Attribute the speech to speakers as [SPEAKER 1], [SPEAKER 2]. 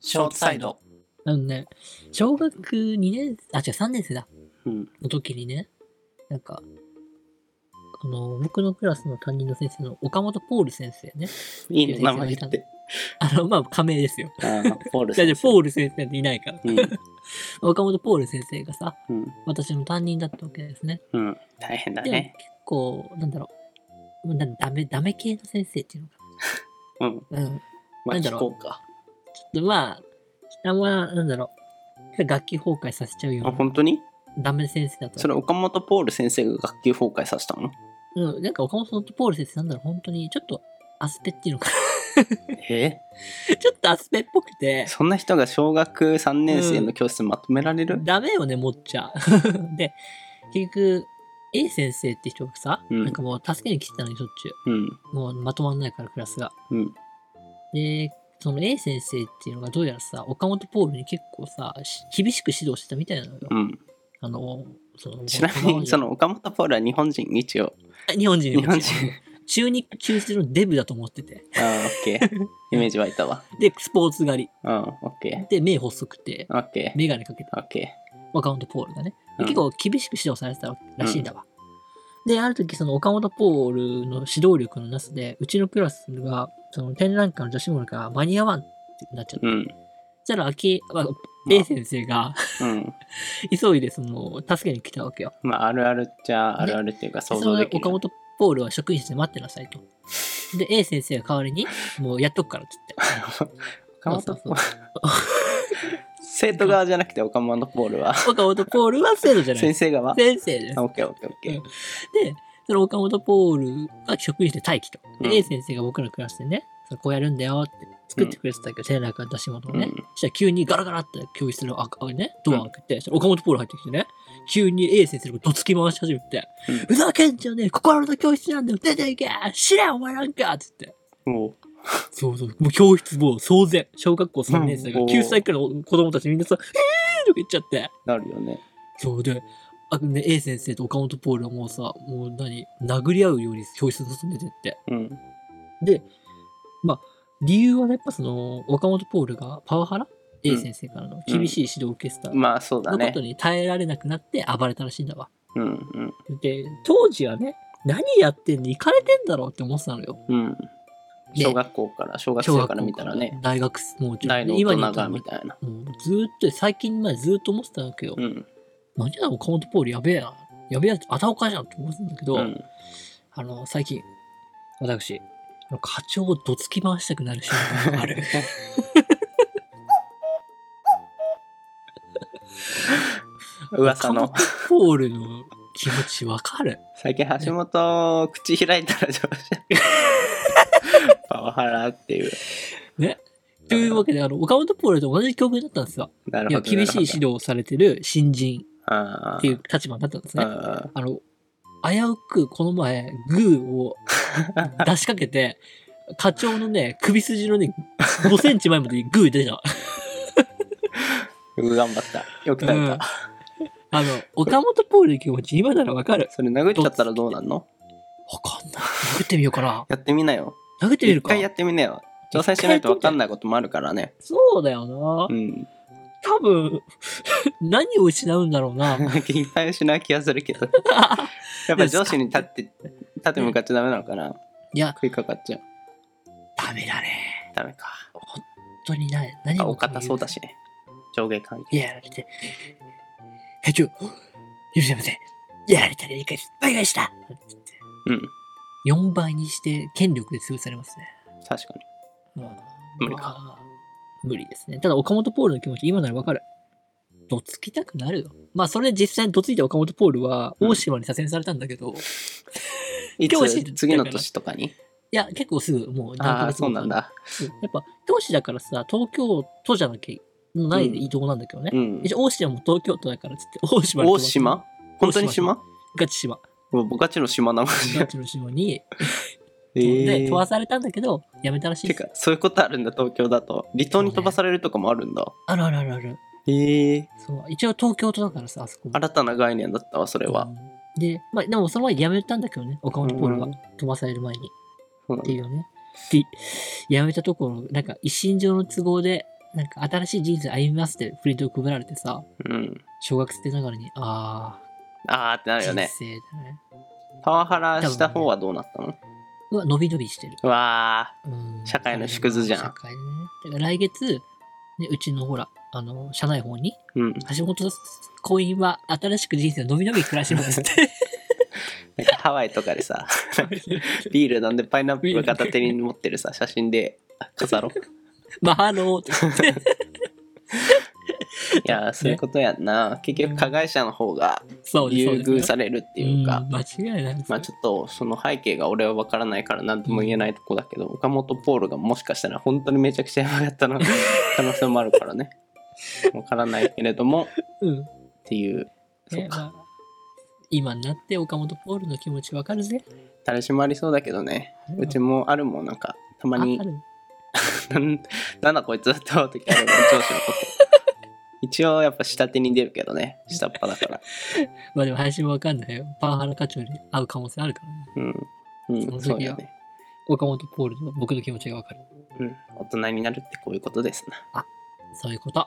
[SPEAKER 1] ショートサイド。
[SPEAKER 2] あのね、小学2年、あ、違う、3年生だ。
[SPEAKER 1] うん。
[SPEAKER 2] の時にね、なんか、あの、僕のクラスの担任の先生の岡本ポール先生ね。
[SPEAKER 1] いいね、名前言って。
[SPEAKER 2] あの、まあ、仮名ですよ。
[SPEAKER 1] あーポール
[SPEAKER 2] だって
[SPEAKER 1] ー
[SPEAKER 2] ポール先生っていないから。
[SPEAKER 1] ル。
[SPEAKER 2] 岡本ポール先生がさ、
[SPEAKER 1] うん。うん
[SPEAKER 2] 私の担任だったわけですね。
[SPEAKER 1] うん。大変だ
[SPEAKER 2] で、
[SPEAKER 1] ね。
[SPEAKER 2] 結構、なんだろう。なダメ、ダメ系の先生っていうのか
[SPEAKER 1] うん。
[SPEAKER 2] な。うん。
[SPEAKER 1] まあ、
[SPEAKER 2] なんだ
[SPEAKER 1] 聞
[SPEAKER 2] ろう
[SPEAKER 1] こうか。
[SPEAKER 2] ちょっとまあ、あんま、なんだろう。楽器崩壊させちゃうよ
[SPEAKER 1] あ、
[SPEAKER 2] うな
[SPEAKER 1] 本当に
[SPEAKER 2] ダメ先生だった
[SPEAKER 1] それ、岡本ポール先生が学級崩壊させたの
[SPEAKER 2] うん、なんか岡本ポール先生なんだろう、本当に、ちょっと、アスペっていうのか
[SPEAKER 1] え
[SPEAKER 2] な。 ちょっとアスペっぽくて、
[SPEAKER 1] そんな人が小学3年生の教室まとめられる
[SPEAKER 2] ダメよね、持っちゃ。 で、結局、A 先生って人がさ、
[SPEAKER 1] うん
[SPEAKER 2] なんかもう助けに来てたのにしょっち
[SPEAKER 1] う
[SPEAKER 2] ゅ
[SPEAKER 1] ん。
[SPEAKER 2] う。もうまとまんないから、クラスが。
[SPEAKER 1] うん。
[SPEAKER 2] で、その A 先生っていうのがどうやらさ、岡本ポールに結構さ、し厳しく指導してたみたいなのよ。
[SPEAKER 1] うん。
[SPEAKER 2] あの、その、
[SPEAKER 1] ちなみに、その岡本ポールは日本人、一応。
[SPEAKER 2] あ日本人に
[SPEAKER 1] 日本人。
[SPEAKER 2] 中日中日のデブだと思ってて。
[SPEAKER 1] ああ、オッケ ー。イメージ湧いたわ。
[SPEAKER 2] で、スポーツ狩り。
[SPEAKER 1] うん、オッケ
[SPEAKER 2] で、目細くて、
[SPEAKER 1] ー。オッケー。
[SPEAKER 2] メガネかけた
[SPEAKER 1] オッケ
[SPEAKER 2] 岡本ポールがね。
[SPEAKER 1] う
[SPEAKER 2] で
[SPEAKER 1] ん
[SPEAKER 2] 結構厳しく指導されてたらしいんだわ。で、ある時、その岡本ポールの指導力のなすで、うちのクラスが、その展覧会の女子モールが間に合わんってなっちゃっ
[SPEAKER 1] ー。
[SPEAKER 2] た。
[SPEAKER 1] う
[SPEAKER 2] そ
[SPEAKER 1] ん。
[SPEAKER 2] したら、秋、まあ
[SPEAKER 1] まあ
[SPEAKER 2] A 先生が
[SPEAKER 1] うん。
[SPEAKER 2] 急いで、その、助けに来たわけよ。
[SPEAKER 1] まあ、あるあるっちゃあるあるっていうか、
[SPEAKER 2] で
[SPEAKER 1] 想
[SPEAKER 2] そ
[SPEAKER 1] 像
[SPEAKER 2] の
[SPEAKER 1] できる。
[SPEAKER 2] 岡本ポールは職員室で待ってなさいと。で、A 先生が代わりに、もうやっとくからって 言って。
[SPEAKER 1] 岡本
[SPEAKER 2] そう
[SPEAKER 1] ポ
[SPEAKER 2] そ
[SPEAKER 1] ー
[SPEAKER 2] う
[SPEAKER 1] ル。生徒側じゃなくて、岡本ポールは。
[SPEAKER 2] 岡本ポールは生徒じゃない。
[SPEAKER 1] 先
[SPEAKER 2] 先
[SPEAKER 1] 生側
[SPEAKER 2] 生です
[SPEAKER 1] あ。オッケーオッケーオッケー。
[SPEAKER 2] で、その岡本ポールが職員室で待機と。
[SPEAKER 1] う
[SPEAKER 2] で、
[SPEAKER 1] ん
[SPEAKER 2] A 先生が僕らのクラスでね、そのこうやるんだよって作ってくれてたけど、手の中出し物をね。
[SPEAKER 1] うん
[SPEAKER 2] そしたら急にガラガラって教室のああね、ドアを開けて、その岡本ポール入ってきてね、急に A 先生のことどつき回し始めて、
[SPEAKER 1] うん
[SPEAKER 2] ふざけんじゃねえ、心の教室なんだよ、出ていけ知れお前なんかって言って。
[SPEAKER 1] も
[SPEAKER 2] そうそう、もう教室もう騒然。小学校3年生が
[SPEAKER 1] うん
[SPEAKER 2] 9歳くらいの子供たちみんなさ、えーとか言っちゃって。
[SPEAKER 1] う、なるよね。
[SPEAKER 2] そうで、あね、A 先生と岡本ポールはもうさ、もう何、殴り合うように教室進めてって。
[SPEAKER 1] うん。
[SPEAKER 2] で、まあ、理由はね、やっぱその、岡本ポールがパワハラ
[SPEAKER 1] ん
[SPEAKER 2] ?A 先生からの厳しい指導を受けてたのこ
[SPEAKER 1] まあ、そうだね
[SPEAKER 2] と。に耐えられなくなって暴れたらしいんだわ。
[SPEAKER 1] うんうん
[SPEAKER 2] で、当時はね、何やってんの行かれてんだろうって思ってたのよ。
[SPEAKER 1] うん。
[SPEAKER 2] で
[SPEAKER 1] 小学校から、小学
[SPEAKER 2] 小
[SPEAKER 1] 生
[SPEAKER 2] 学
[SPEAKER 1] から見たらね、
[SPEAKER 2] 大学、もうちょ
[SPEAKER 1] 大
[SPEAKER 2] っ
[SPEAKER 1] の
[SPEAKER 2] と、
[SPEAKER 1] 大
[SPEAKER 2] に
[SPEAKER 1] 人
[SPEAKER 2] った
[SPEAKER 1] が
[SPEAKER 2] らも
[SPEAKER 1] みたいな。
[SPEAKER 2] うずーっと、最近までずーっと思ってたわけよ。
[SPEAKER 1] うん。
[SPEAKER 2] 何や、岡本ポールやべえな。やべえやつ、あたおかじゃんって思ってたんだけど、
[SPEAKER 1] うん。
[SPEAKER 2] あの、最近、私、あの課長をどつき回したくなる瞬間がある。
[SPEAKER 1] 噂
[SPEAKER 2] カ
[SPEAKER 1] の
[SPEAKER 2] モ。ポールの気持ちわかる。
[SPEAKER 1] 最近橋本口開いたら上 司パワハラっていう
[SPEAKER 2] ね。というわけで、あの、岡本ポールと同じ境遇だったんですよ。
[SPEAKER 1] なる
[SPEAKER 2] いや、
[SPEAKER 1] ほど
[SPEAKER 2] 厳しい指導をされてる新人
[SPEAKER 1] っ
[SPEAKER 2] っていう立場だったんですね。
[SPEAKER 1] あ
[SPEAKER 2] あの、危うくこの前、グーを出しかけて、課長のね、首筋のね、5センチ前までグー出た。
[SPEAKER 1] ーよく頑張ったよく耐えた、
[SPEAKER 2] うんあの、岡本ポールの気持ち、今ならわかる。
[SPEAKER 1] それ殴っちゃったらどうなんの
[SPEAKER 2] わかんない。殴ってみようかな。
[SPEAKER 1] やってみなよ
[SPEAKER 2] 投げてみ
[SPEAKER 1] 一
[SPEAKER 2] るか。
[SPEAKER 1] 回やってみなよ挑戦しないと分かんないこともあるからね
[SPEAKER 2] そうだよな
[SPEAKER 1] う。 ん
[SPEAKER 2] 多分、何を失うんだろうな。
[SPEAKER 1] いっぱい失う気がするけどやっぱ上司に立って立って向かっちゃダメなのかない
[SPEAKER 2] や、
[SPEAKER 1] 食いかかっちゃう
[SPEAKER 2] ダメだね。
[SPEAKER 1] ダメか
[SPEAKER 2] 本当にない。何
[SPEAKER 1] あ
[SPEAKER 2] も
[SPEAKER 1] お堅そうだしね上下関係
[SPEAKER 2] やられて。え、ちょ、許せません。やられたらいいか失敗がした。
[SPEAKER 1] うん
[SPEAKER 2] 4倍にして権力で潰されますね。
[SPEAKER 1] 確かに
[SPEAKER 2] もう
[SPEAKER 1] 無理か
[SPEAKER 2] まあ無理ですね。ただ、岡本ポールの気持ち、今ならわかる。どつきたくなるよ。まあ、それで実際にどついた岡本ポールは、
[SPEAKER 1] うん
[SPEAKER 2] 大島に左遷されたんだけど、い
[SPEAKER 1] い
[SPEAKER 2] 教師
[SPEAKER 1] つ次の年とかに
[SPEAKER 2] や、結構すぐ、もう
[SPEAKER 1] ああーそうなんだ
[SPEAKER 2] うんやっぱ、教師だからさ、東京都じゃなきゃないで移動なんだけどね。
[SPEAKER 1] うん
[SPEAKER 2] 一応大島も東京都だからっつって、大島に
[SPEAKER 1] 大島本当に島
[SPEAKER 2] ガチ島。
[SPEAKER 1] もうボカチの島なのじゃ
[SPEAKER 2] ガ
[SPEAKER 1] ん。
[SPEAKER 2] チの島に、
[SPEAKER 1] え
[SPEAKER 2] で、飛ば
[SPEAKER 1] ー、
[SPEAKER 2] されたんだけど、やめたらしい
[SPEAKER 1] て
[SPEAKER 2] です
[SPEAKER 1] か、そういうことあるんだ、東京だと。離島に飛ばされるとかもあるんだ。
[SPEAKER 2] あるあるあるある。
[SPEAKER 1] えー、
[SPEAKER 2] そう、一応東京都だからさ、あそこも。
[SPEAKER 1] 新たな概念だったわ、それは
[SPEAKER 2] う。んで、まあ、でもその前にやめたんだけどね、岡本ポールが
[SPEAKER 1] うん
[SPEAKER 2] 飛ばされる前に。
[SPEAKER 1] そうなん
[SPEAKER 2] って
[SPEAKER 1] だ
[SPEAKER 2] いうね。で、やめたところ、なんか一身上の都合で、なんか新しい人生歩みますってプリントを配られてさ、
[SPEAKER 1] うん。
[SPEAKER 2] 小学生ながらに、あ
[SPEAKER 1] あーってな
[SPEAKER 2] あ、
[SPEAKER 1] る
[SPEAKER 2] 人
[SPEAKER 1] よね。
[SPEAKER 2] 生だね。
[SPEAKER 1] パワハラした方はどうなったの、
[SPEAKER 2] うわ、伸び伸びしてる。
[SPEAKER 1] うわ
[SPEAKER 2] うん
[SPEAKER 1] 社会の縮図じゃん
[SPEAKER 2] 社会ね。だから来月、ね、うちのほら、あの、社内方に、
[SPEAKER 1] ー。うん。
[SPEAKER 2] 橋本婚姻は新しく人生を伸び伸び暮らしま すって。
[SPEAKER 1] なんかハワイとかで さ、ビール飲んでパイナップル片手に持ってるさ、写真で飾 ろう。
[SPEAKER 2] マハローって。
[SPEAKER 1] いやー、そういうことやんな。結局、加害者の方が
[SPEAKER 2] そうです
[SPEAKER 1] 優
[SPEAKER 2] そうですよ
[SPEAKER 1] 遇されるっていうか
[SPEAKER 2] ん。間違いないですよ。
[SPEAKER 1] まあちょっとその背景が俺は分からないから何とも言えないとこだけど、岡本ポールがもしかしたら本当にめちゃくちゃやばかったの 可能性もあるからね分からないけれどもっ
[SPEAKER 2] うん。
[SPEAKER 1] ていうそ
[SPEAKER 2] ね
[SPEAKER 1] うか
[SPEAKER 2] まあ今になって岡本ポールの気持ちわかるぜ。
[SPEAKER 1] 誰しもありそうだけどねうちもあるもんなんかたま
[SPEAKER 2] あ
[SPEAKER 1] に
[SPEAKER 2] ある
[SPEAKER 1] 「なんなんだこいつ」って思う時あ るもん上司のこと一応やっぱ下手に出るけどね下っ端だから
[SPEAKER 2] まあでも配信もわかんないよ。パワハラ課長に会う可能性あるからね。
[SPEAKER 1] うん、うん、
[SPEAKER 2] そ
[SPEAKER 1] そ
[SPEAKER 2] の
[SPEAKER 1] う
[SPEAKER 2] 時は
[SPEAKER 1] よね
[SPEAKER 2] 岡本ポールの僕の気持ちがわかる。
[SPEAKER 1] うん大人になるってこういうことですな
[SPEAKER 2] そういうこと。